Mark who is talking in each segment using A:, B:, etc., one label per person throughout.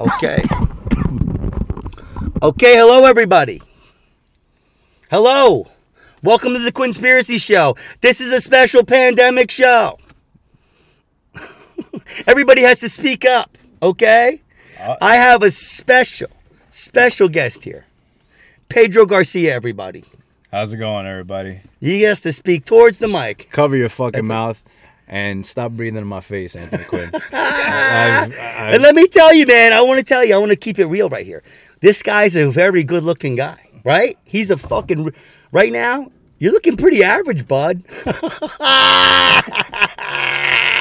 A: Okay. Okay, hello everybody. Hello. Welcome to the Quinspiracy Show. This is a special pandemic show. everybody has to speak up, okay? I have a special, special guest here. Pedro Garcia, everybody.
B: How's it going, everybody?
A: He has to speak towards the mic.
C: Cover your fucking mouth and stop breathing in my face, Anthony Quinn. I've- I've-
A: And let me tell you, man, I want to tell you, I want to keep it real right here. This guy's a very good looking guy, right? He's a fucking, right now, you're looking pretty average, bud.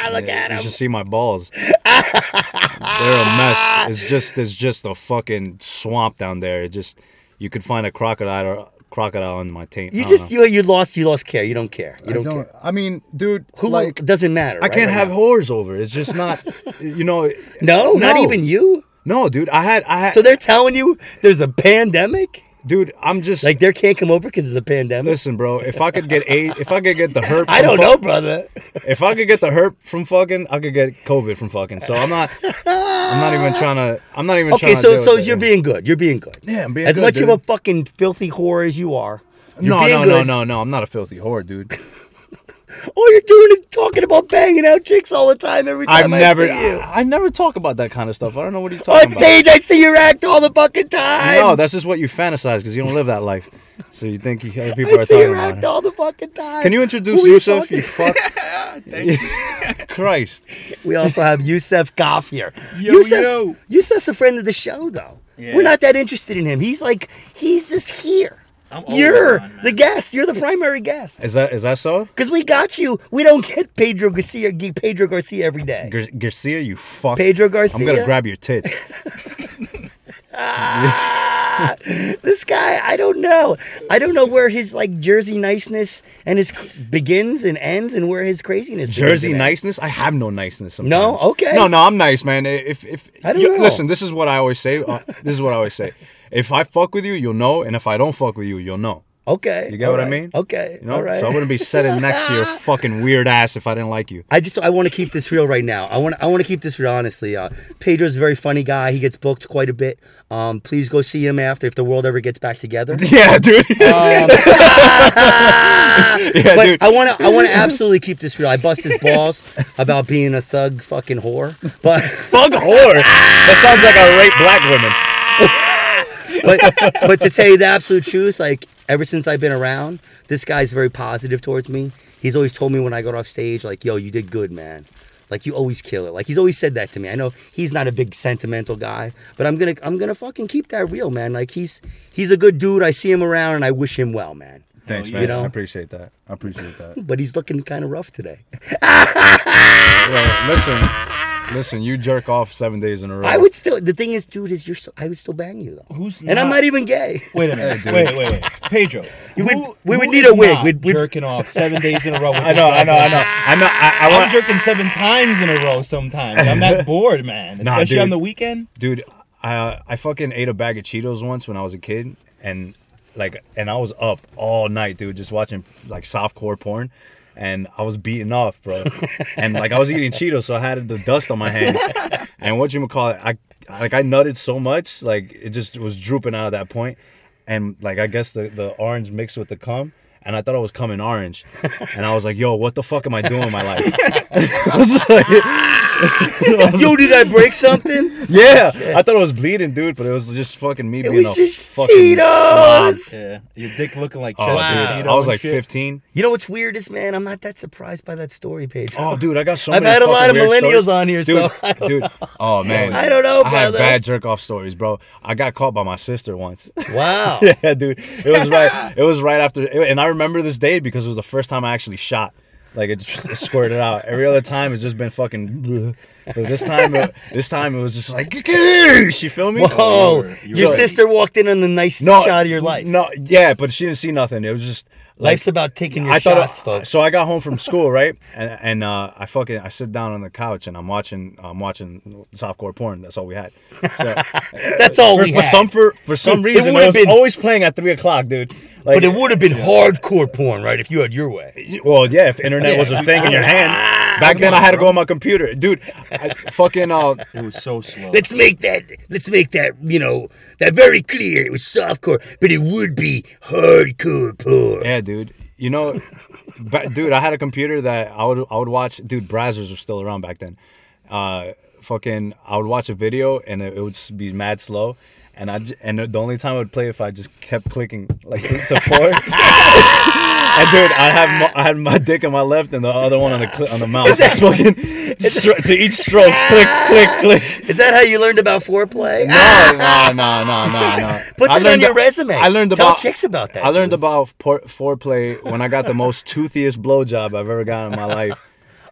A: Look at
C: you
A: him.
C: should see my balls. They're a mess. It's just there's just a fucking swamp down there. It just you could find a crocodile or crocodile in my taint.
A: You
C: I don't
A: just,
C: know.
A: you, you lost, you lost care. You don't care. You
B: I
A: don't,
B: don't.
A: care.
B: I mean, dude,
A: Who,
B: like
A: doesn't matter.
C: I
A: right,
C: can't
A: right
C: have
A: now.
C: whores over. It's just not you know
A: No, not
C: No.
A: even you.
C: No, dude. I had I had
A: So they're telling you there's a pandemic?
C: dude, I'm just
A: Like
C: like
A: they can't come over because it's a pandemic?
C: listen, bro, if I could get a if I could get the herp
A: I
C: from
A: don't
C: fu-
A: know, brother.
C: If I could get the herp from fucking, I could get COVID from fucking. So I'm not. I'm not even trying to. I'm not even.
A: Okay,
C: trying
A: so
C: to
A: so you're being good. You're being good.
C: Yeah, I'm being
A: as
C: good,
A: much of
C: dude.
A: a fucking filthy whore as you are. You're
C: No,
A: being
C: no, no,
A: good.
C: no, no. I'm not a filthy whore, dude.
A: All you're doing is talking about banging out chicks all the time. Every
C: I've
A: time I
C: never.
A: see you
C: I, I never talk about that kind of stuff. I don't know what you're
A: on
C: talking about.
A: stage, I see your act all the fucking time.
C: No, that's just what you fantasize because you don't live that life. So you think you, other people
A: I
C: are
A: see
C: talking
A: your
C: about
A: act
C: it.
A: all the fucking time.
C: Can you introduce
A: Who are you
C: yourself? You
A: talking-
C: fuck. Christ.
A: We also have Yusef Goff here.
B: Yo,
A: Yusef's,
B: yo.
A: Yusef's a friend of the show, though.
B: Yeah.
A: We're not that interested in him. He's like, he's just here.
B: I'm always
A: you're
B: on, man.
A: the guest. You're the primary guest.
C: Is that is that so?
A: Because we got you. We don't get Pedro Garcia, G- Pedro Garcia every day.
C: Gar- Garcia, you fuck.
A: Pedro
C: I'm
A: Garcia.
C: gonna grab your tits.
A: Ah, this guy, I don't know. I don't know where his like Jersey niceness and his cr- begins and ends, and where his craziness. begins
C: Jersey
A: and ends.
C: niceness? I have no niceness. Sometimes.
A: No? Okay.
C: No, no, I'm nice, man. If if
A: I don't
C: you-
A: know.
C: listen, this is what I always say. Uh, this is what I always say. If I fuck with you, you'll know, and if I don't fuck with you, you'll know.
A: Okay.
C: You get
A: all
C: what I
A: right,
C: mean?
A: Okay.
C: You know,
A: All right.
C: so I wouldn't be sitting next to your fucking weird ass if I didn't like you.
A: I just I want to keep this real right now. I want I want to keep this real honestly. Uh, Pedro's a very funny guy. He gets booked quite a bit. Um, please go see him after if the world ever gets back together.
C: Yeah, dude.
A: Um,
C: yeah,
A: but
C: dude.
A: I want to I want to absolutely keep this real. I bust his balls about being a thug fucking whore, but
C: fuck whore. That sounds like I rape black women.
A: but but to tell you the absolute truth, like ever since I've been around, this guy's very positive towards me. He's always told me when I got off stage, like, "Yo, you did good, man. Like you always kill it." Like he's always said that to me. I know he's not a big sentimental guy, but I'm gonna I'm gonna fucking keep that real, man. Like he's he's a good dude. I see him around, and I wish him well, man.
C: Thanks,
B: you
C: man.
A: know.
C: I appreciate that. I appreciate that.
A: But he's looking kind of rough today.
C: Well, listen, listen. You jerk off seven days in a row.
A: I would still. The thing is, dude, is you're. So, I would still bang you though.
D: Who's
A: and I'm
D: not-
A: not even gay.
D: Wait a minute.
C: dude.
D: wait, wait, wait. Pedro.
A: You would-
D: who-
A: we
D: who
A: would need
D: is
A: a wig.
D: not
A: We'd- we'd-
D: jerking off seven days in a row. With
C: I know, I know, I know, I know. I, I
D: I'm
C: want,
D: jerking seven times in a row sometimes. I'm that bored, man.
C: Nah,
D: Especially on
C: dude.
D: the weekend.
C: dude I, I fucking ate a bag of cheetos once when i was a kid and like and i was up all night dude just watching like softcore porn and i was beaten off bro and like i was eating cheetos so i had the dust on my hands and what you call it i like i nutted so much like it just was drooping out at that point and like i guess the, the orange mixed with the cum and I thought I was coming orange, and I was like, "Yo, what the fuck am I doing in my life?" I was like,
A: Yo, did I break something?
C: yeah, I thought it was bleeding, dude, but it was just fucking me being
A: was
C: a
A: just
C: fucking
A: Cheetos!
C: slob.
D: Yeah. Your dick looking like
C: Oh,
D: Chester
C: dude,
D: Cheeto
C: I was
D: and
C: like
D: shit.
C: 15.
A: You know what's weird is, man, I'm not that surprised by that story, Pedro.
C: Oh, dude, I got so
A: I've
C: many
A: had a
C: fucking
A: lot of
C: weird
A: millennials
C: stories.
A: on here,
C: dude,
A: so I don't
C: dude. Oh man,
A: I don't know,
C: I had
A: brother.
C: bad jerk off stories, bro. I got caught by my sister once.
A: Wow.
C: yeah, dude, it was right. It was right after, and I remember this day because it was the first time I actually shot. Like it just squirted out. Every other time it's just been fucking. bleh. But this time, it, this time it was just like, she feel me?
A: Whoa.
D: you
A: your
C: were-
A: sister walked in on the nicest shot of your life.
C: No, yeah, but she didn't see nothing. It was just like,
A: Life's about taking your shots, folks.
C: So I got home from school, right? And and uh, I fucking I sit down on the couch and I'm watching I'm watching softcore porn. That's all we had. So,
A: That's all
C: for,
A: we
C: for
A: had.
C: some for, for some
A: It
C: reason it,
A: would've
C: was
A: been-
C: always playing at three o'clock, dude. Like,
A: but it would Ah, have been hardcore porn, right, if you had your way.
C: well, yeah, if internet was a thing in your hand. Back then, I had to go on my computer, dude. I fucking uh,
E: It was so slow.
A: Let's make that. Let's make that. You know that very clear. It was softcore, but it would be hardcore porn.
C: yeah, dude. You know, ba- dude, I had a computer that I would I would watch. Dude, browsers were still around back then. Uh, fucking, I would watch a video and it, it would s- be mad slow. And I j- and the only time I would play if I just kept clicking like to, to forward. and dude, I have my, I had my dick on my left and the other one on the cli on the mouse. Just fucking stro- to each stroke, click, click, click.
A: Is that how you learned about foreplay?
C: No, no, no, no, no, no.
A: Put that
C: I
A: on
C: learned
A: your
C: a-
A: resume.
C: I learned
A: Tell
C: about
A: chicks about that.
C: I learned about for, foreplay when I got the most toothiest blowjob I've ever gotten in my life.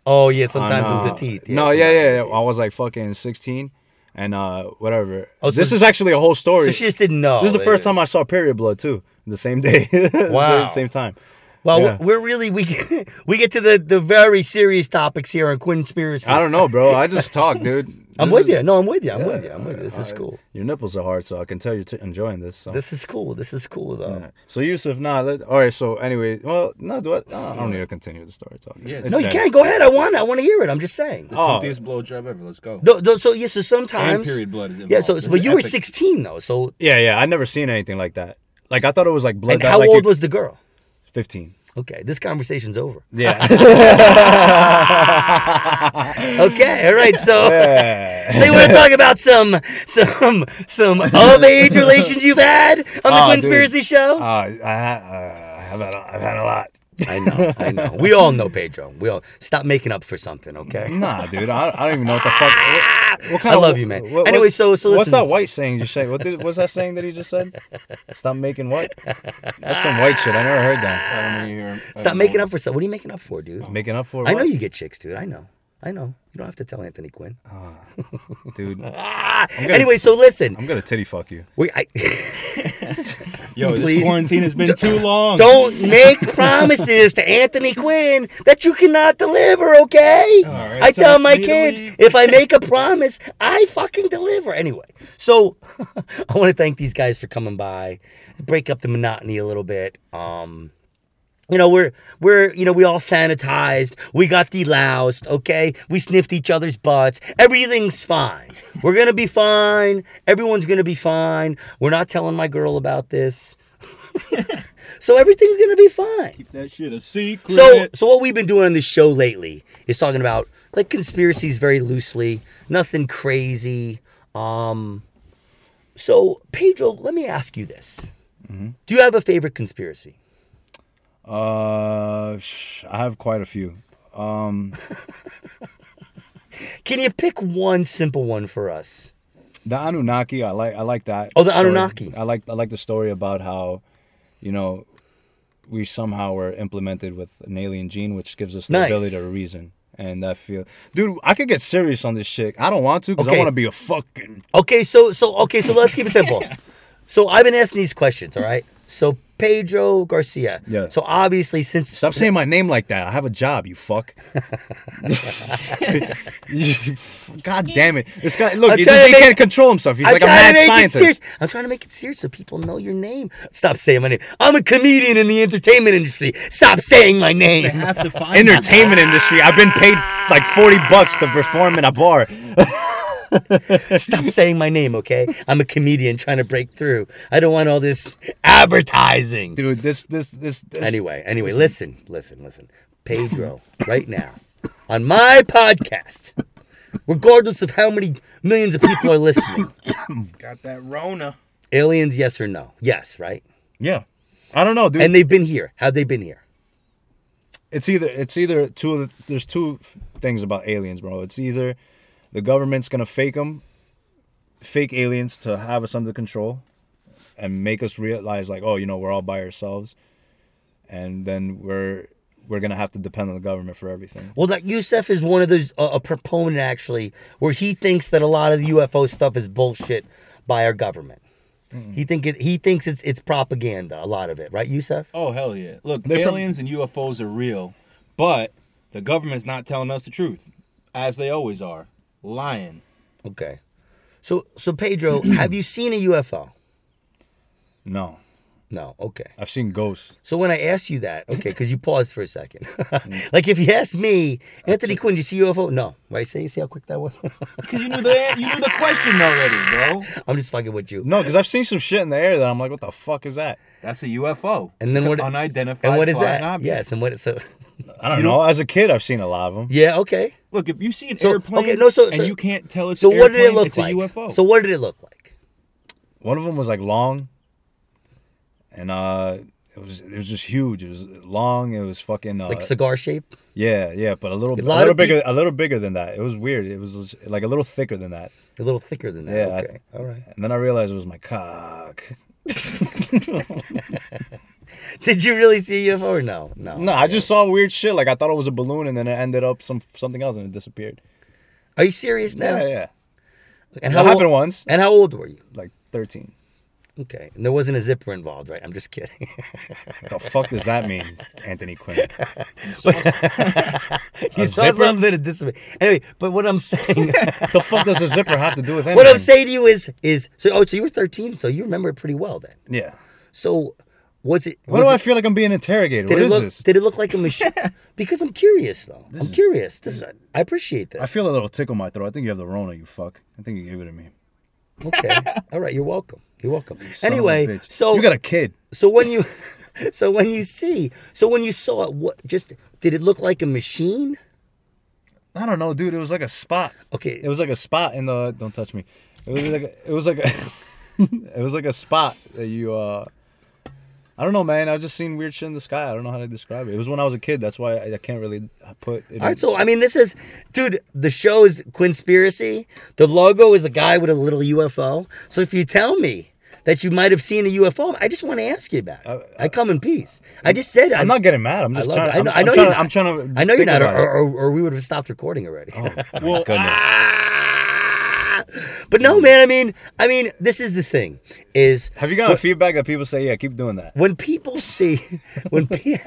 A: Oh yeah,
C: On,
A: sometimes with the
C: uh,
A: teeth.
C: no,
A: sometimes
C: yeah,
A: with
C: yeah,
A: the
C: yeah.
A: teeth.
C: I was like fucking 16 and uh, whatever.
A: Oh, so-
C: this is actually a whole story.
A: So Oh, she just didn't know.
C: this is the first time I saw period blood too, the same day.
A: Wow.
C: same, same time.
A: Well,
C: yeah.
A: we're really we get, we get to the the very serious topics here on conspiracy.
C: I don't know, bro. I just talk, dude.
A: I'm
C: This
A: with
C: is-
A: you. No, I'm with you. I'm with you. I'm with you. This is cool.
C: Your nipples are hard, so I can tell you're t- enjoying this. So.
A: This is cool. This is cool though.
C: So Yusuf, nah. Let, all right. So anyway, well, no, do I, I don't need to continue the story talking.
E: Yeah,
A: No, you
C: dead.
A: can't. Go ahead. I want. I want to hear it. I'm just saying.
C: Oh.
E: Toothiest blowjob ever. Let's go.
A: No, no, so yeah, so sometimes.
E: period blood is
A: Yeah, so
E: involved. It's
A: but you were
E: epic.
A: 16 though. So
C: Yeah, yeah. I never seen anything like that. Like I thought it was like blood.
A: and
C: that,
A: how
C: like,
A: old
C: you-
A: was the girl?
C: fifteen?
A: Okay, this conversation's over.
C: Yeah.
A: Okay, all right. So,
C: Uh,
A: so you want to talk about some some some of age relations you've had on the
C: Oh, dude.
A: conspiracy
C: uh,
A: show?
C: I, uh, I've had a, I've had a lot.
A: I know, I know. We all know Pedro. We all stop making up for something, okay?
C: Nah, dude. I, I don't even know what the fuck. What, what kind
A: I
C: of-
A: love you, man. Anyway, so- so
C: what's
A: listen.
C: that white saying you say? What did, what's that saying that he just said? Stop making what? That's some white shit. I never heard that.
E: I don't even hear him. I
A: Stop
E: don't
A: making
E: know.
A: up for something. What are you making up for, dude?
C: Making up for.
A: I know
C: what?
A: you get chicks, dude. I know. I know. You don't have to tell Anthony Quinn.
C: dude. I'm
A: Ah, anyway, so listen.
C: gonna titty fuck you.
A: We, I,
D: Yo,
A: Please.
D: this quarantine has been too long.
A: don't make promises to Anthony Quinn that you cannot deliver, okay?
D: right,
A: I
D: so
A: tell my
D: need to
A: kids
D: leave.
A: if I make a promise, I fucking deliver. Anyway, so I want to thank these guys for coming by, break up the monotony a little bit. Um, you know, we're we're you know, we all sanitized. We got deloused, okay? We sniffed each other's butts. Everything's fine. We're gonna be fine. Everyone's gonna be fine. We're not telling my girl about this. so everything's gonna be fine.
D: That shit a secret.
A: So, so what we've been doing on this show lately is talking about like conspiracies very loosely, nothing crazy. Um, so Pedro, let me ask you this: Do you have a favorite conspiracy?
C: Uh, sh- I have quite a few.
A: Can you pick one simple one for us?
C: The Anunnaki, I like. I like that.
A: Oh, the
C: story.
A: Anunnaki.
C: I like. I like the story about how, you know, we somehow were implemented with an alien gene, which gives us the
A: Nice.
C: ability to reason. And I feel, dude, I could get serious on this shit. I don't want to because
A: Okay.
C: I want to be a fucking.
A: Okay, so so okay, so let's keep it simple. so I've been asking these questions, all right? So Pedro Garcia.
C: Yeah.
A: So obviously, since
C: Stop saying my name like that. I have a job, you fuck. God damn it! This guy, look,
A: I'm
C: he,
A: trying
C: just-
A: to
C: he
A: make-
C: can't control himself. He's like a
A: trying to
C: mad
A: make it serious.
C: scientist.
A: I'm trying to make it serious so people know your name. Stop saying my name. I'm a comedian in the entertainment industry. Stop saying my name.
D: have to find
C: Entertainment industry. I've been paid like forty bucks to perform in a bar.
A: Stop saying my name, okay? I'm a comedian trying to break through. I don't want all this advertising.
C: dude this this this, this
A: Anyway, anyway, listen, listen, listen. Pedro, right now, on my podcast, regardless of how many millions of people are listening,
E: Got that Rona.
A: aliens, yes or no? Yes, right?
C: yeah i don't know dude
A: And they've been here. Have they been here?
C: it's either it's either two of the, there's two f- things about aliens bro it's either the government's gonna fake them fake aliens to have us under control and make us realize like oh you know we're all by ourselves and then we're we're gonna have to depend on the government for everything
A: Well, that Youssef is one of those uh, a proponent actually, where he thinks that a lot of the UFO stuff is bullshit by our government. He think it, he thinks it's it's propaganda. A lot of it, right, Youssef?
E: Oh hell yeah! Look,
C: They prob-
E: aliens and UFOs are real, but the government's not telling us the truth, as they always are, lying.
A: Okay. So so Pedro, have you seen a UFO?
C: no
A: No. Okay.
C: I've seen ghosts.
A: So when I asked you that, okay, because you paused for a second.
E: Mm.
A: like if you asked me, Anthony Quinn, did you see UFO? No. Right? See, see how quick that was?
E: Because you knew the you knew the question already, bro.
A: I'm just fucking with you.
C: No, because I've seen some shit in the air that I'm like, what the fuck is that?
E: That's a UFO.
A: And then
E: It's
A: what-
E: An unidentified.
A: And what is
E: flying
A: that?
E: object.
A: Yes, and what so
C: I don't know. As a kid, I've seen a lot of them.
A: Yeah, okay.
E: Look, if you see an
A: So-
E: airplane
A: okay, no, so-
E: and
A: so-
E: you can't tell it's
A: So
E: an
A: what did it
E: airplane,
A: look
E: it's
A: like?
E: a UFO.
A: So what did it look like?
C: One of them was like long, and uh, it was it was just huge. It was long. It was fucking uh,
A: Like cigar shape?
C: yeah, yeah, but a little a,
A: lot
C: little
A: of
C: bigger, a little bigger than that. It was weird. It was like a little thicker than that.
A: A little thicker than that.
C: Yeah, I-
A: okay. All right.
C: And then I realized it was my cock.
A: Did you really see UFO or no? No.
C: No, I just saw weird shit. Like I thought it was a balloon, and then it ended up some something else, and it disappeared.
A: Are you serious now?
C: Yeah, yeah.
A: And
C: That happened
A: old,
C: once,
A: And how old were you?
C: like thirteen.
A: Okay. And there wasn't a zipper involved, right? I'm just kidding.
C: The fuck does that mean, Anthony Quinn?
A: you saw
C: A zipper?
A: something that disappeared. Anyway, but what I'm saying
C: The fuck does a zipper have to do with anything?
A: what I'm saying to you is is so oh so you were 13 so you remember it pretty well then.
C: Yeah.
A: So was it?
C: Why
A: was
C: do I
A: it-
C: feel like I'm being interrogated?
A: Did
C: What
A: it
C: is
A: look?
C: this?
A: Did it look like a machine? because I'm curious though. I'm curious. This is, I appreciate that.
C: I feel a little tickle in my throat. I think you have the Rona, you fuck. I think you gave it to me.
A: Okay. All right. You're welcome. You're welcome.
C: Son of a
A: Anyway,
C: bitch.
A: so
C: you got a kid.
A: so when you so when you see so when you saw it, what just did it look like a machine?
C: I don't know, dude. It was like a spot.
A: Okay.
C: It was like a spot in the. Don't touch me. It was like a, it was like a, it was like a spot that you. uh I don't know, man. I just seen weird shit in the sky. I don't know how to describe it. It was when I was a kid. That's why I, I can't really put. It
A: All right, so I mean, this is, dude. The show is Quinspiracy. The logo is a guy with a little UFO. So if you tell me that you might have seen a UFO, I just want to ask you about it. I, come in peace. I just said
C: Uh, I'm not getting mad. I'm just
A: love
C: trying.
A: it. I know-
C: I'm,
A: I
C: I'm
A: know
C: trying
A: you're
C: to- I'm trying to.
A: I know you're not,
C: think
A: or,
C: about it. Oh.
A: or, or we would have stopped recording already.
C: My goodness.
A: but no, man. I mean, I mean, this is the thing: is
C: Have you gotten feedback that people say, yeah, keep doing that?
A: when people see when pe-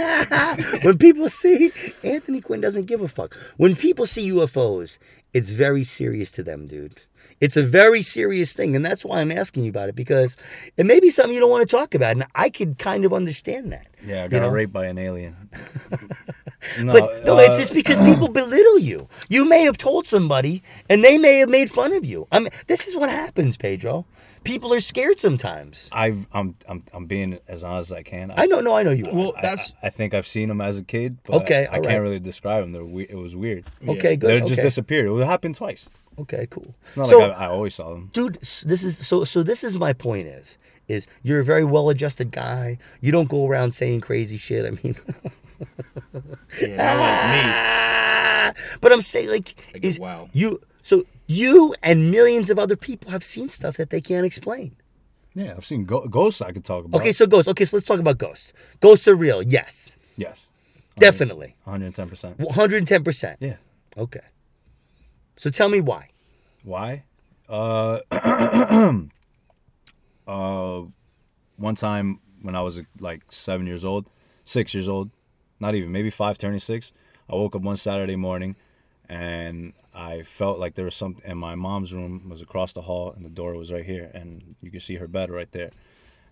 A: when people see Anthony Quinn doesn't give a fuck. When people see UFOs, it's very serious to them, dude. It's a very serious thing, and that's why I'm asking you about it because it may be something you don't want to talk about, and I could kind of understand that.
C: Yeah, I
A: you
C: got
A: know?
C: raped by an alien. no,
A: But no,
C: uh,
A: it's just because people belittle you. You may have told somebody, and they may have made fun of you. I mean, this is what happens, Pedro. People are scared sometimes.
C: I've, I'm, I'm, I'm being as honest as I can.
A: I know, no, I know you are.
E: well,
C: I-
E: that's
C: I, I think I've seen them as a kid, but
A: Okay,
C: I
A: all
C: can't
A: right.
C: really describe them. They're we- it was weird.
A: okay, good.
C: They just
A: okay.
C: disappeared. It happened twice.
A: okay, cool.
C: It's not
A: So-
C: like I, I always saw them.
A: dude s- this is so so this is my point is is you're a very well adjusted guy you don't go around saying crazy shit i mean but i'm saying like
E: Like,
A: is
E: wow.
A: you so you and millions of other people have seen stuff that they can't explain
C: Yeah, I've seen go- ghosts. I could talk about.
A: okay so ghosts okay so let's talk about ghosts ghosts are real yes
C: yes,
A: definitely
C: one hundred ten percent.
A: 110%
C: Yeah.
A: okay so tell me why
C: Why? Uh, uh, one time when I was like seven years old, six years old, not even maybe five, turning six, I woke up one Saturday morning, and I felt like there was something. And my mom's room was across the hall, and the door was right here, and you could see her bed right there.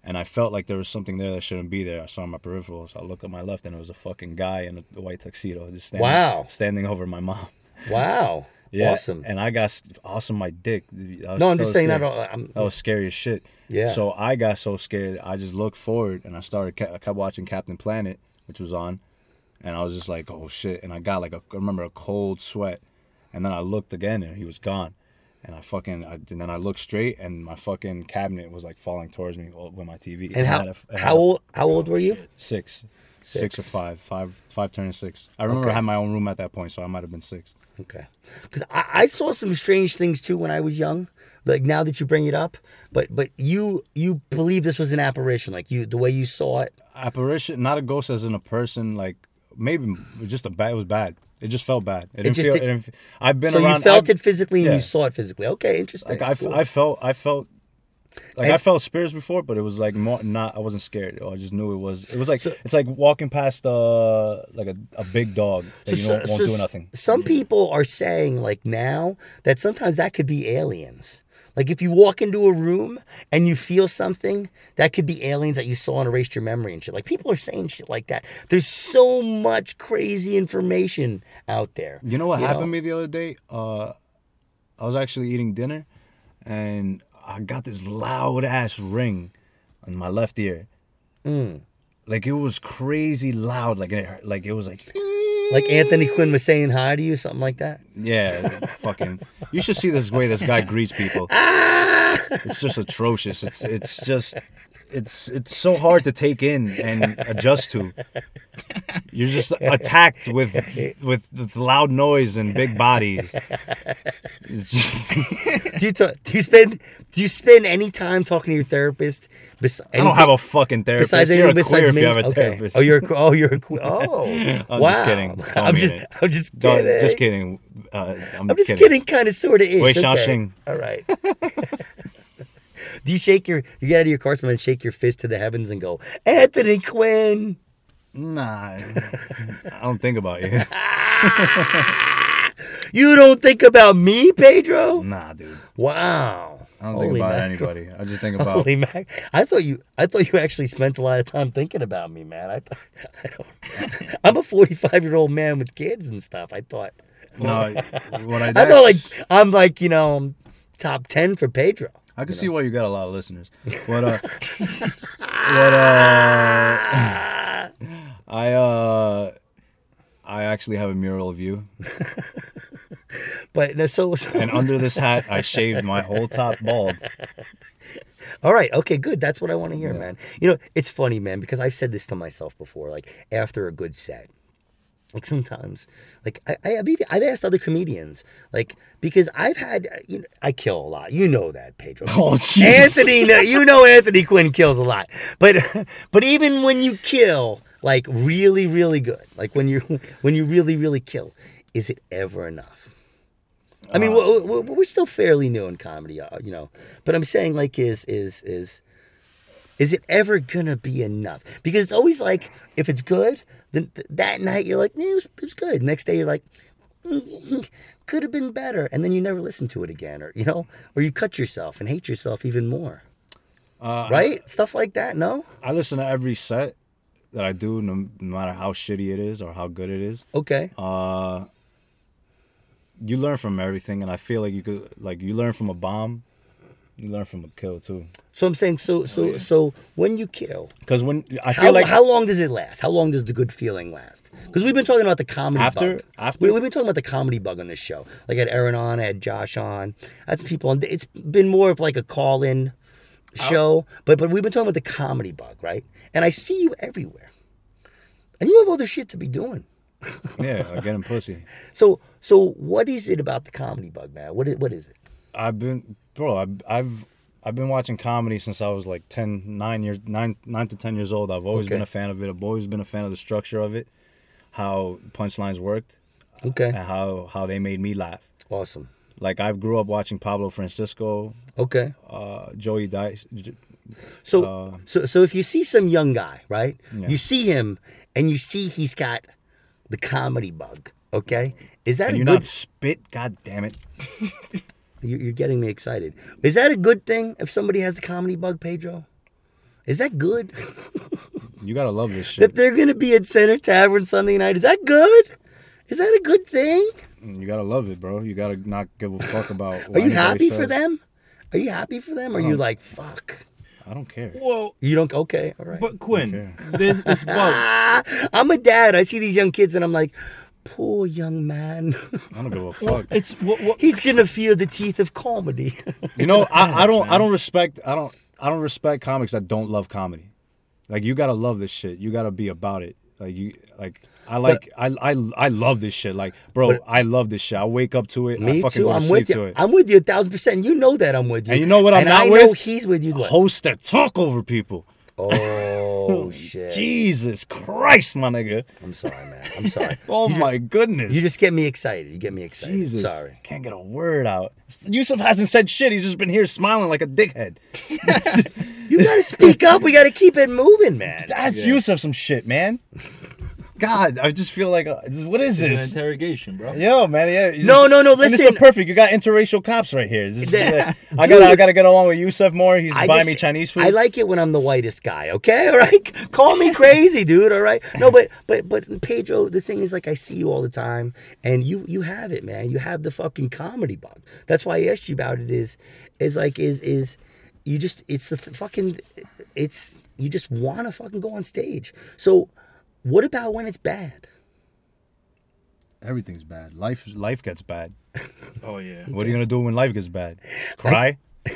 C: And I felt like there was something there that shouldn't be there. I saw my peripherals. I looked at my left, and it was a fucking guy in a white tuxedo just standing,
A: Wow.
C: standing over my mom.
A: wow
C: Yeah,
A: awesome
C: And I got s- awesome my dick. I was
A: no i'm
C: so
A: just saying that
C: scared. Uh,
A: i'm
C: That was scary as shit.
A: Yeah.
C: So I got so scared, I just looked forward and I started. Ca- I kept watching Captain Planet, which was on, and I was just like, "Oh shit!" And I got like a, I remember a cold sweat, and then I looked again and he was gone, and I fucking, I, and then I looked straight and my fucking cabinet was like falling towards me with my TV.
A: and
C: I
A: how
C: had a f- I had
A: how
C: a-
A: old how old were you
C: Six.
A: Six.
C: Six or five, five, five turning six. I remember I had my own room at that point, so I might have been six.
A: Okay. Because I, I saw some strange things too when I was young. Like now that you bring it up, but but you you believe this was an apparition, like you the way you saw it.
C: apparition, not a ghost as in a person. Like maybe it was just a bad. It was bad. It just felt bad. It, didn't
A: just
C: feel.
A: did-
C: It didn't, f- I've been
A: So
C: around.
A: you felt
C: I've-
A: it physically and
C: yeah.
A: you saw it physically. Okay, interesting.
C: Like I, f-
A: Cool.
C: I felt. I felt. Like I
A: And-
C: felt spirits before, but it was like more not. I wasn't scared. I just knew it was. It was like it's like walking past uh like a, a big dog that you
A: so-
C: know, won't
A: so-
C: do nothing.
A: Some people are saying like now that sometimes that could be aliens. Like if you walk into a room and you feel something, that could be aliens that you saw and erased your memory and shit. Like people are saying shit like that. There's so much crazy information out there.
C: You know what happened to me the other day? Uh, I was actually eating dinner, and I got this loud ass ring on my left ear. Like it was crazy loud. Like it, like it was like
A: Like Anthony Quinn was saying hi to you, something like that.
C: yeah, fucking. You should see this way this guy greets people. It's just atrocious. It's it's just it's it's so hard to take in and adjust to. You're just attacked with with, with loud noise and big bodies. It's just-
A: Do you ta- do you spend do you spend any time talking to your therapist? Bes-
C: I don't have a fucking therapist.
A: Besides
C: you're a
A: anything besides
C: queer
A: me.
C: if you have a
A: okay.
C: therapist.
A: Oh, you're a, que- oh, you're a que- oh.
C: I'm
A: wow.
C: just kidding. Don't
A: I'm
C: mean
A: just
C: it.
A: I'm just
C: Don't-
A: kidding.
C: just kidding. Uh, I'm,
A: I'm just kidding, kind of, sort of.
C: Wei
A: Wait, okay.
C: Xiaoxing.
A: All right. Do you shake your? You get out of your car, someone and shake your fist to the heavens and go, Anthony Quinn.
C: Nah, I don't think about you.
A: You don't think about me, Pedro.
C: Nah, dude.
A: Wow.
C: Mm. I don't think
A: Holy
C: about
A: mackerel.
C: anybody. I just think about.
A: Holy mac! I thought you, I thought you actually spent a lot of time thinking about me, man. I, thought, I don't, I'm a 45 year old man with kids and stuff. I thought,
C: no, what I,
A: I thought like I'm like you know I'm top 10 for Pedro.
C: I can see why you got a lot of listeners. But uh, what uh, I uh, I actually have a mural of you,
A: But no, so, so
C: and under this hat, I shaved my whole top bald.
A: All right. Okay. Good. That's what I want to hear, man. You know, it's funny, man, because I've said this to myself before. Like after a good set, like sometimes, like I, I have even, I've asked other comedians, like because I've had, uh, you know, I kill a lot. You know that, Pedro.
C: Oh, jeez.
A: Anthony, no, you know Anthony Quinn kills a lot, but but even when you kill, like really, really good, like when you when you really, really kill, is it ever enough? I mean, we're, we're, we're still fairly new in comedy, uh, you know. But I'm saying, like, is is is is it ever gonna be enough? Because it's always like, if it's good, then th- that night you're like, nah, it was, it was good. Next day you're like, could have been better, and then you never listen to it again, or you know, or you cut yourself and hate yourself even more. right? Stuff like that. No.
C: I listen to every set that I do, no, no matter how shitty it is or how good it is.
A: Okay.
C: You learn from everything, and I feel like you could, like, you learn from a bomb, you learn from a kill too.
A: so I'm saying, so so so when you kill,
C: Because when I feel
A: How,
C: like
A: how long does it last? How long does the good feeling last? Because we've been talking about the comedy
C: After-
A: bug.
C: after-
A: we, have been talking about the comedy bug on this show. Like I had Aaron on, I had Josh on. That's people, and it's been more of like a call in
C: Oh.
A: show. But but we've been talking about the comedy bug, right? And I see you everywhere, and you have other shit to be doing.
C: yeah, I get in pussy.
A: So so what is it about the comedy bug, man? What is, what is it?
C: I've been, bro. I've, I've, I've been watching comedy since I was like 10, 9 years, nine, nine to ten years old. I've always
A: Okay.
C: been a fan of it. I've always been a fan of the structure of it, how punchlines worked,
A: Okay,
C: and how how they made me laugh.
A: awesome.
C: Like I grew up watching Pablo Francisco,
A: Okay.
C: uh, Joey Dice, J-
A: So,
C: Uh,
A: so, so if you see some young guy, right? You see him, and you see he's got the comedy bug. Okay, is that
C: and
A: a
C: you're
A: good?
C: not spit. God damn it.
A: you- You're getting me excited. Is that a good thing if somebody has the comedy bug, Pedro? Is that good?
C: You gotta love this
A: that
C: shit.
A: they're gonna be at Center Tavern Sunday night? Is that good? Is that a good thing?
C: You gotta love it, bro. You gotta not give a fuck about.
A: Are you happy for them? Are you happy for them? Are you
C: Uh-huh.
A: like fuck?
C: I don't care.
E: Well,
A: You don't okay? All right. Ah,
E: but Quinn, this, this bug.
A: I'm a dad. I see these young kids, and I'm like, poor young man.
C: I don't give a fuck.
E: It's what, what
A: He's gonna feel the teeth of comedy.
C: You know, I, I don't I don't respect I don't I don't respect comics that don't love comedy. Like you gotta love this shit. You gotta be about it. Like you like I like I, I I love this shit. Like bro, I love this shit. I wake up to it. I
A: Me
C: fucking
A: too.
C: go to
A: I'm
C: sleep
A: with
C: to
A: you.
C: it.
A: I'm with you a thousand percent. You know that I'm with you.
C: And you know what I'm
A: and
C: not
A: I know
C: with?
A: he's with you. What?
C: Hosts that talk over people.
A: oh shit!
C: Jesus Christ, my nigga.
A: I'm sorry, man. I'm sorry.
C: Oh my goodness.
A: you just get me excited. You get me excited.
C: Jesus.
A: Sorry.
C: Can't get a word out. Yusuf hasn't said shit. He's just been here smiling like a dickhead.
A: You gotta speak up. We gotta keep it moving, man.
C: Ask Yusuf some shit, man. God, I just feel like uh, this- what is
E: It's an
C: this?
E: interrogation, bro.
C: Yo, man, yeah. you-
A: No, no, no,
C: and it's
A: listen.
C: the perfect. You got interracial cops right here. This is
A: Yeah.
C: like, I gotta, I
A: Dude.
C: gotta get along with Yusuf more. He's
A: I
C: buying
A: just-
C: me Chinese food.
A: I like it when I'm the whitest guy. Okay, all right. Call me crazy, dude. All right. No, but but but Pedro, the thing is, like, I see you all the time, and you you have it, man. You have the fucking comedy bug. That's why I asked you about it. Is is like is is you just it's the th- fucking it's you just want to fucking go on stage. So, what about when it's bad?
B: Everything's bad.
C: life. Life gets bad.
E: Oh yeah.
C: What are you gonna do when life gets bad? Cry?
A: No.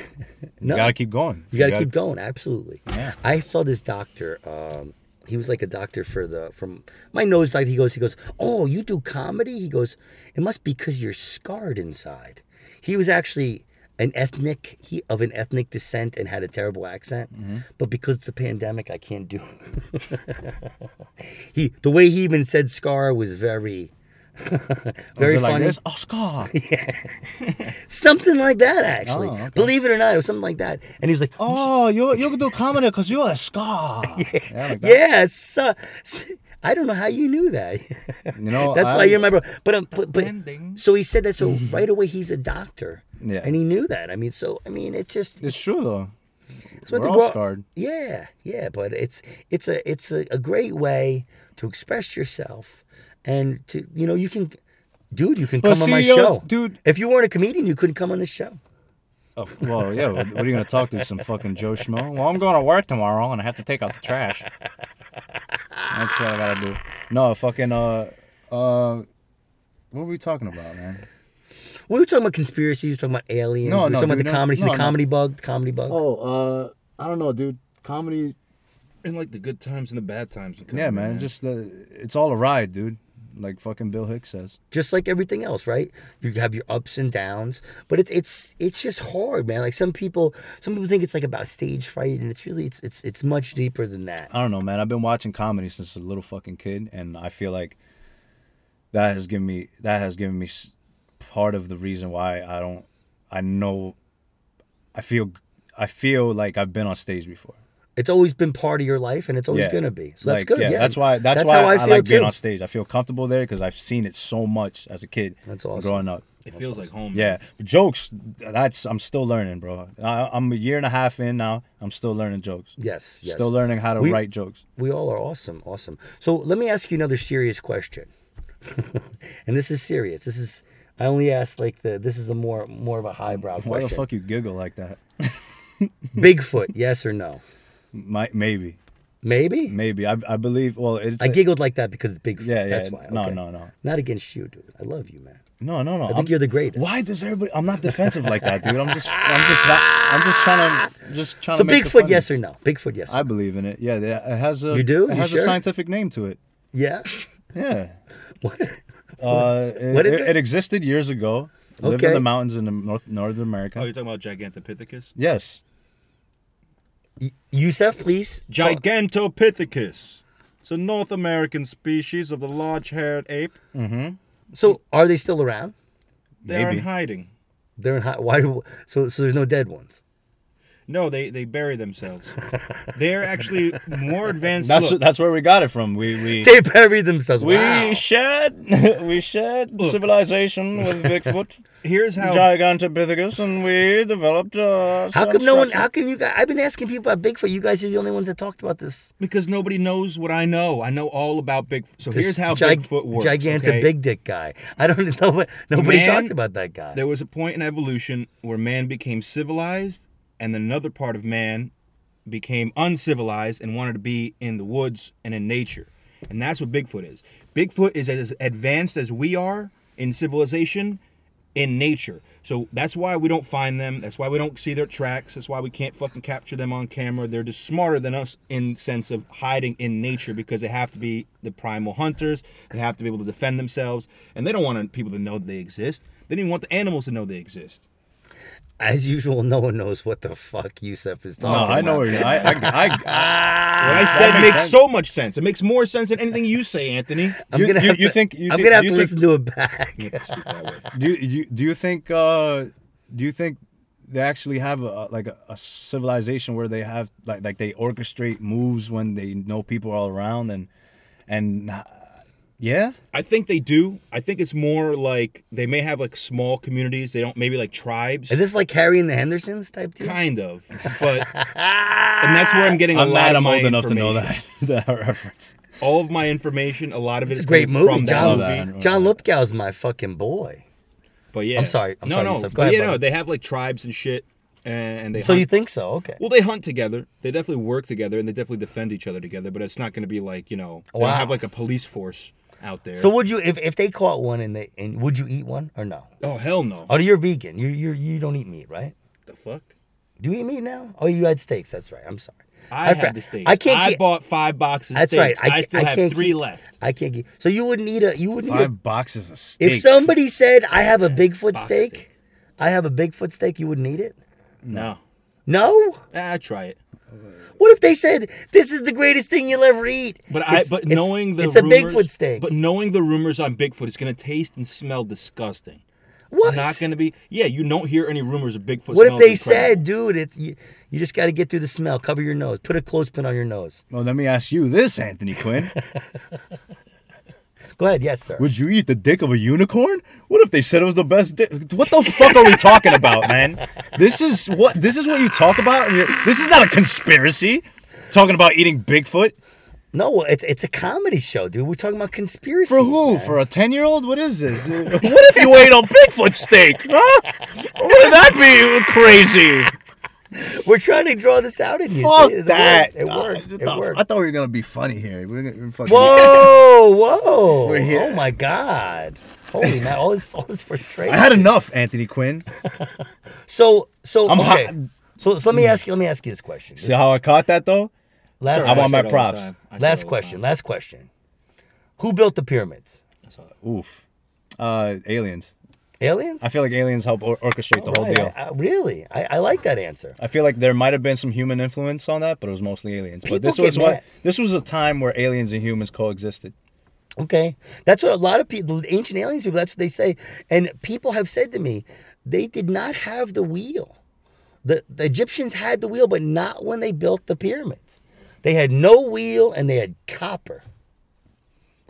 C: You gotta keep going.
A: You got to keep going, absolutely. I saw this doctor. Um, he was like a doctor for the from my nose. Like he goes, he goes, oh, you do comedy? He goes, it must be because you're scarred inside. He was actually an ethnic he of an ethnic descent and had a terrible accent,
C: Mm-hmm.
A: but because it's a pandemic, I can't do. he the way he even said scar was very. very
C: Was it like
A: funny
C: this? Oh, Scott.
A: something like that actually
C: Oh, okay.
A: believe it or not it was something like that and he was like
C: Oh, you you can do comedy because you're a scar. Yeah, like that.
A: Yes. uh, s- I don't know how you knew that.
C: You know,
A: That's why
C: I-
A: you remember. But um, but, but
E: Ending.
A: so he said that. So right away, he's a doctor.
C: Yeah.
A: And he knew that. I mean, so I mean, it's just
C: It's true though.
A: it's what
C: we're
A: the
C: all
A: bro-
C: scarred.
A: Yeah, yeah. But it's it's a it's a, a great way to express yourself and to you know you can. Dude, you can
C: But
A: come on my
C: see, yo,
A: show,
C: dude-
A: If you weren't a comedian, you couldn't come on this show.
C: Oh, well, yeah. What what are you gonna talk to? Some fucking Joe Schmo? Well, I'm going to work tomorrow and I have to take out the trash. That's what I gotta do. No, fucking uh, uh, what were we talking about, man?
A: We were talking about conspiracies. We were talking about aliens.
C: No,
A: we were
C: no,
A: talking about
C: dude,
A: the
C: no,
A: comedy,
C: no,
A: the
C: no.
A: comedy bug, the comedy bug.
C: Oh, uh, I don't know, dude. Comedy.
E: And like the good times and the bad times.
C: Yeah, man. Just uh, it's all a ride, dude. Like fucking Bill Hicks says.
A: just like everything else, right? You have your ups and downs, but it's it's it's just hard, man. Like some people, some people think it's like about stage fright, and it's really it's it's it's much deeper than that.
C: I don't know, man. I've been watching comedy since a little fucking kid, and I feel like that has given me that has given me s- part of the reason why I don't. I know. I feel. I feel like I've been on stage before.
A: It's always been part of your life, and it's always
C: Yeah.
A: gonna be. So that's
C: Like,
A: good. Yeah,
C: that's why. That's, why
A: how
C: I,
A: I feel
C: like
A: too.
C: being on stage. I feel comfortable there because I've seen it so much as a kid.
A: That's awesome.
C: Growing up.
E: It feels like home.
C: Yeah, but jokes. That's I'm still learning, bro. I, I'm a year and a half in now. I'm still learning jokes.
A: Yes, yes.
C: Still learning how to
A: We-
C: write jokes.
A: we all are awesome, awesome. So let me ask you another serious question, and this is serious. This is I only asked like the this is a more more of a highbrow
C: Why
A: question.
C: the fuck you giggle like that?
A: Bigfoot, yes or no?
C: Might maybe.
A: Maybe.
C: Maybe I, I believe. Well, it's
A: I giggled like that because it's Bigfoot.
C: Yeah, yeah,
A: That's why.
C: no,
A: okay.
C: no, no.
A: Not against you, dude. I love you, man.
C: no, no, no. I
A: think you're the greatest.
C: Why does everybody? I'm not defensive like that, dude. I'm just, I'm just, I'm just trying to, just trying
A: So
C: to. make the
A: Bigfoot,
C: funnies.
A: yes or no? Bigfoot, yes. Or
C: I
A: no.
C: believe in it. Yeah, they- it has a.
A: You do?
C: It
A: You
C: has
A: sure?
C: a scientific name to it.
A: Yeah.
C: Yeah.
A: What?
C: Uh, it,
A: What is
C: it,
A: it?
C: it existed years ago. It Lived in
A: Okay.
C: the mountains in the north, northern America.
E: Oh, you're talking about Gigantopithecus?
C: Yes.
A: Y- Yusef, please.
E: Gigantopithecus. It's a North American species of the large-haired ape.
A: So are they still around?
E: They're
C: Maybe.
E: in hiding.
A: They're in high. Why? So so there's no dead ones.
E: No, they they bury themselves. They're actually more advanced.
C: That's
E: look,
C: that's where we got it from. We we
A: They bury themselves.
C: we
A: Wow.
C: shared we shared civilization with Bigfoot,
E: here's how
C: Gigantopithecus, and we developed. Uh,
A: How
C: some
A: come no one?
C: structure.
A: How come you guys? I've been asking people about Bigfoot. You guys are the only ones that talked about this.
E: because nobody knows what I know. I know all about Bigfoot. So
A: this
E: here's how
A: gig-
E: Bigfoot works.
A: Gigantic
E: okay?
A: big dick guy. I don't know. What, nobody
E: Man-
A: talked about that guy.
E: There was a point in evolution where man became civilized, and another part of man became uncivilized and wanted to be in the woods and in nature. And that's what Bigfoot is. Bigfoot is as advanced as we are in civilization, in nature. So that's why we don't find them. That's why we don't see their tracks. That's why we can't fucking capture them on camera. They're just smarter than us in sense of hiding in nature because they have to be the primal hunters. They have to be able to defend themselves, and they don't want people to know that they exist. They didn't want the animals to know they exist.
A: As usual, no one knows what the fuck Yusef is
C: No,
A: talking about.
C: I know. where you- I, I, I, Ah,
E: What I said makes, so much sense. It makes more sense than anything you say, Anthony.
A: I'm
C: You-
A: gonna
C: you-
A: have
C: you
A: to,
C: think- you
A: I'm
C: thi-
A: gonna have
C: you
A: to listen
C: think-
A: to it back.
E: You have to speak that way.
C: do you, you do you think uh do you think they actually have a, like a, a civilization where they have like like they orchestrate moves when they know people are all around and and Yeah.
E: I think they do. I think it's more like they may have like small communities. They don't maybe like tribes,
A: Is this like Harry and the Hendersons type deal?
E: kind of. But and that's where I'm getting a
C: I'm
E: lot
C: glad
E: of
C: I'm
E: my
C: old enough to know
E: information.
C: that that reference.
E: All of my information, a lot of it
A: It's
E: is
A: a great
E: coming
A: movie.
E: from that
A: John,
E: movie.
C: movie.
A: John Lithgow's my fucking boy.
E: But yeah,
A: I'm sorry. I'm
E: no,
A: sorry,
E: no.
A: Yusuf. Go
E: but
A: ahead,
E: yeah, no.
A: brother.
E: They have like tribes and shit, and they
A: So
E: hunt.
A: you think so? Okay.
E: well, they hunt together. They definitely work together, and they definitely defend each other together. But it's not going to be like you know they
A: Wow.
E: don't have like a police force out there.
A: So would you if, if they caught one and they and would you eat one or no?
E: oh hell no!
A: Oh, you're vegan. You you you don't eat meat, right?
E: the fuck?
A: Do you eat meat now? Oh, you had steaks. That's right. I'm sorry.
E: I,
A: fra-
E: had the steaks.
A: I can't.
E: I
A: keep-
E: bought five boxes.
A: That's
E: of
A: right.
E: steaks.
A: I,
E: I,
A: ca-
E: still
A: I
E: have
A: can't
E: three
A: keep-
E: left.
A: I can't get. So you wouldn't eat a. You wouldn't eat a.
C: Five boxes of steak.
A: If somebody said I have a Bigfoot
E: box
A: steak,
E: steak.
A: I have a Bigfoot steak, you wouldn't eat it.
E: No,
A: No.
E: I Ah, try it.
A: What if they said this is the greatest thing you'll ever eat?
E: But I,
A: It's-
E: but
A: it's-
E: knowing the
A: it's a
E: rumors,
A: Bigfoot steak.
E: But knowing the rumors on Bigfoot, it's gonna taste and smell disgusting.
A: what?
E: Not gonna be. Yeah, you don't hear any rumors of Bigfoot.
A: what if
E: smells
A: they
E: incredible.
A: said, dude, it's you, you just got to get through the smell. Cover your nose. Put a clothespin on your nose.
C: well, let me ask you this, Anthony Quinn:
A: Go ahead. Yes, sir.
C: Would you eat the dick of a unicorn? What if they said it was the best dick? What the fuck are we talking about, man? This is what this is what you talk about. And you're, this is not a conspiracy. Talking about eating Bigfoot
A: no, well, it's it's a comedy show, dude. We're talking about conspiracies.
C: for who?
A: man.
C: For a ten-year-old? What is this? what if you ate a Bigfoot steak? Huh? Would that be crazy?
A: We're trying to draw this out in you.
C: Fuck
A: See, it
C: that! Oh,
A: worked. It worked. It
C: I, thought-
A: worked.
C: I thought we were gonna be funny here. We We're, gonna fucking.
A: Whoa, whoa.
C: We're here.
A: Oh my God. Holy man, all this all this frustration.
C: I had enough, Anthony Quinn.
A: so so
C: I'm
A: okay.
C: hot.
A: So, so let me ask you let me ask you this question. This-
C: See how I caught that though?
A: last
C: I want
A: question,
C: my
E: it all the
C: props.
E: time. I say it all
A: last
E: the
A: question. Last question. Who built the pyramids?
C: Oof. Uh, aliens.
A: Aliens?
C: I feel like aliens help or- orchestrate the
A: All
C: whole
A: right,
C: deal.
A: I- I- really? I, I like that answer.
C: I feel like there might have been some human influence on that, but it was mostly aliens.
A: People
C: but this
A: get
C: was
A: mad.
C: what this was a time where aliens and humans coexisted.
A: Okay. That's what a lot of people, the ancient aliens people, that's what they say. And people have said to me, they did not have the wheel. The, the Egyptians had the wheel, but not when they built the pyramids. They had no wheel and they had copper.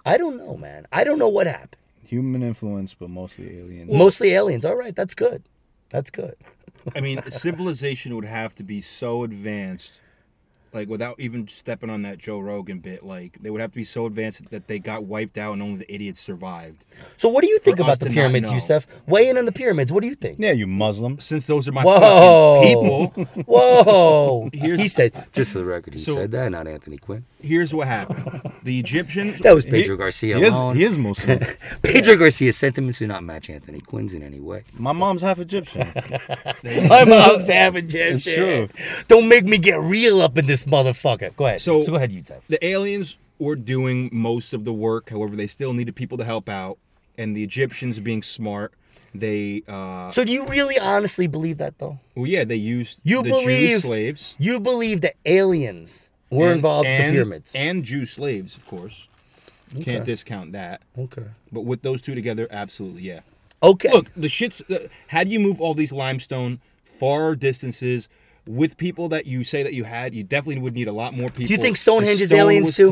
A: I don't know, man. I don't know what happened.
C: Human influence, but mostly alien.
A: Mostly aliens. All right, that's good. That's good.
E: I mean, civilization would have to be so advanced, like without even stepping on that Joe Rogan bit. Like they would have to be so advanced that they got wiped out and only the idiots survived.
A: So, what do you think
E: For
A: about
E: us
A: the
E: to not
A: pyramids,
E: know.
A: Yusef? Weigh in on the pyramids. What do you think?
C: yeah, you Muslim.
E: Since those are my
A: Whoa.
E: fucking people,
A: Whoa.
E: Here's-
A: he said, just for the record, he
E: So-
A: said that, not Anthony Quinn.
E: here's what happened: the Egyptians.
A: That was Pedro Garcia
C: He is,
A: alone.
C: he is Muslim.
A: Pedro Garcia's sentiments do not match Anthony Quinn's in any way.
C: My mom's half Egyptian.
A: My mom's having jam
C: It's true.
A: Don't make me get real up in this motherfucker. Go ahead.
E: So-
A: go ahead, you type.
E: The aliens were doing most of the work, however, they still needed people to help out, and the Egyptians being smart. They, uh,
A: So do you really honestly believe that though?
E: well, yeah, they used
A: You
E: the Jew
A: believe-
E: slaves.
A: You believe that aliens were
E: and-
A: involved in
E: and-
A: the pyramids?
E: and Jew slaves, of course. Can't discount that.
A: okay.
E: But with those two together, absolutely, yeah.
A: Okay.
E: Look, the shits. Uh, how do you move all these limestone far distances with people that you say that you had? You definitely would need a lot more people.
A: you think Stonehenge
E: The
A: is aliens
E: was
A: too?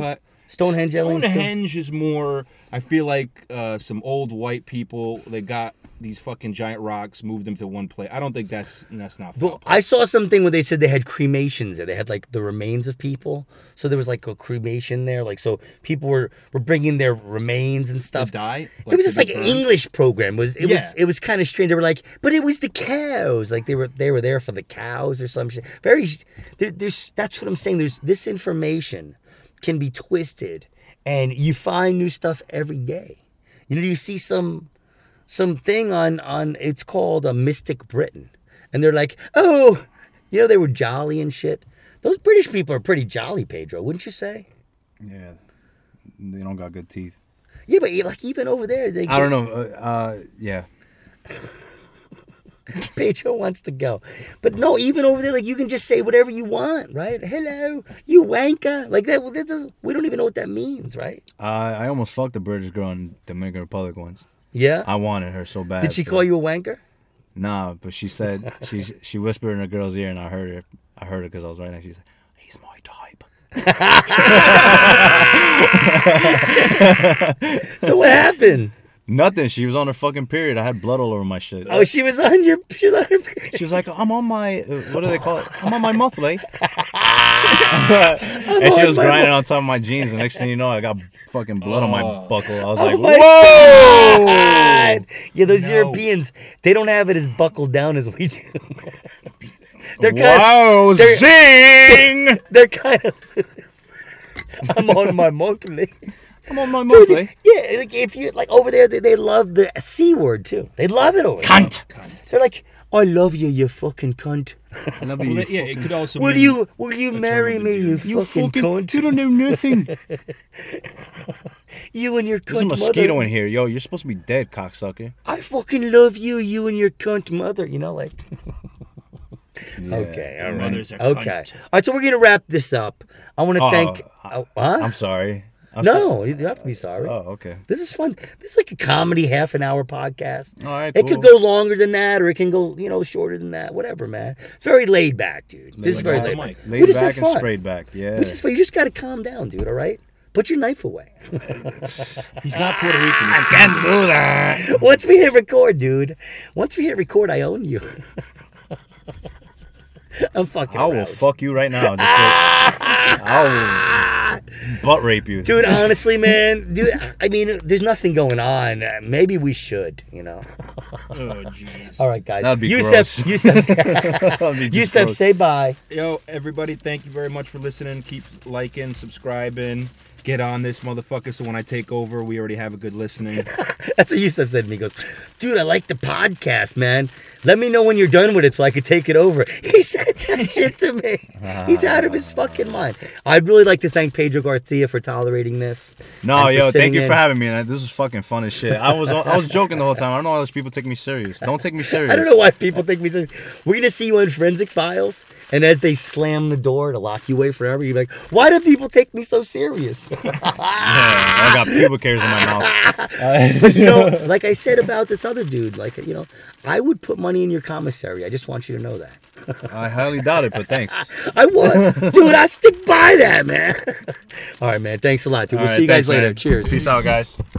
A: Stonehenge aliens too?
E: Stonehenge is more. I feel like uh, some old white people. They got these fucking giant rocks, moved them to one place. I don't think that's that's not.
A: Well,
E: Well,
A: I saw something where they said they had cremations there. They had like the remains of people. So there was like a cremation there. Like so, people were were bringing their remains and stuff.
E: die?
A: it was
E: Like, to
A: just like
E: be
A: an
E: burned?
A: English program. It was it
E: Yeah.
A: was it was kind of strange. They were like, but it was the cows. Like they were they were there for the cows or some shit. Very there, there's that's what I'm saying. There's this information can be twisted, and you find new stuff every day. You know, you see some something on on it's called a mystic britain and they're like oh you know they were jolly and shit those british people are pretty jolly pedro wouldn't you say
C: yeah, they don't got good teeth.
A: yeah but like even over there they
C: I don't know. Uh, uh, yeah,
A: pedro wants to go but no even over there like you can just say whatever you want right hello you wanker like that, that doesn't, we don't even know what that means right
C: I I almost fucked a British girl in Dominican Republic once.
A: yeah
C: I wanted her so bad.
A: did she
C: but-
A: call you a wanker
C: Nah, but she said she she whispered in a girl's ear, and I heard her. I heard her because I was right next. to her. She said, "He's my type."
A: So what happened?
C: Nothing. She was on her fucking period. I had blood all over my shit.
A: Oh, she was on your. She was on your. period.
C: She was like, I'm on my, uh, what do they call it? I'm on my monthly.
A: on
C: and she was
A: my
C: grinding on top of my jeans. The next thing you know, I got fucking blood on
A: Oh.
C: my buckle. I was like,
A: my
C: whoa!
A: God. Yeah, those Europeans, they don't have it as buckled down as we do. they're kind
C: Wow,
A: they're-
C: zing!
A: of, they're kind of loose. I'm on my monthly.
C: I'm on my
A: Dude,
C: monthly.
A: yeah, like if you like over there, they, they love the c word too. They love it over there.
C: Cunt.
A: They're like, I love you, you fucking cunt.
C: I love
E: Well,
C: you.
E: that- yeah, it could also.
A: Will
E: mean-
A: you will you marry
E: of
A: me, you,
C: You
A: fucking, cunt?
C: You don't know nothing.
A: You and your cunt
C: There's a mosquito
A: mother.
C: in here. Yo, you're supposed to be dead, cocksucker.
A: I fucking love you, you and your cunt mother. You know, like. okay, all right.
E: mothers are
A: okay,
E: cunt.
A: all right. So we're gonna wrap this up. I want to
C: Oh,
A: thank.
C: I-
A: oh, huh?
C: I'm sorry. I'm
A: no, you don't have to be sorry.
C: So- oh, okay.
A: This is fun. This is like a comedy half an hour podcast.
C: All right,
A: it could go
C: cool.
A: longer than that, or it can go you know shorter than that. Whatever, man. It's very laid back, dude. this is
C: Laid
A: very
C: back.
A: laid back.
C: Laid
A: we just
C: back
A: had fun.
C: and sprayed back. Yeah.
A: We just you just gotta calm down, dude. All right, put your knife away.
E: He's not Puerto Rican.
C: I can't do that.
A: Once we hit record, dude. Once we hit record, I own you. I'm fucking.
C: I will
A: aroused.
C: fuck you right now. Just like, I will butt rape you.
A: Dude, honestly, man, dude, I mean, there's nothing going on. Uh, Maybe we should, you know.
E: Oh jeez.
A: All right, guys.
C: That'd be
A: Yusef,
C: gross.
A: Yusef,
C: That'd be just
A: Yusef,
C: gross.
A: say bye.
E: Yo, everybody, thank you very much for listening. Keep liking, subscribing. Get on this motherfucker so when I take over, we already have a good listening.
A: That's what Yusef said to me. He goes, dude, I like the podcast, man. Let me know when you're done with it so I could take it over. He said that shit to me. He's out of his fucking mind. I'd really like to thank Pedro Garcia for tolerating this. and
C: No,
A: for
C: yo,
A: sitting
C: thank you
A: in.
C: for having me. and I- This is fucking fun as shit. I was I was joking the whole time. I don't know why those people take me serious. Don't take me serious.
A: I don't know why people think we said we're gonna see you in forensic files, and as they slam the door to lock you away forever, you're like, why do people take me so serious?
C: Yeah, I got pubic hairs in my mouth.
A: you know, like I said about this other dude, like you know, I would put money in your commissary. I just want you to know that.
C: I highly doubt it, but thanks.
A: I would, dude. I stick by that, man. All right, man. Thanks a lot, dude.
C: All
A: we'll
C: right,
A: see you guys
C: thanks, man.
A: later. Cheers.
C: Peace out, guys.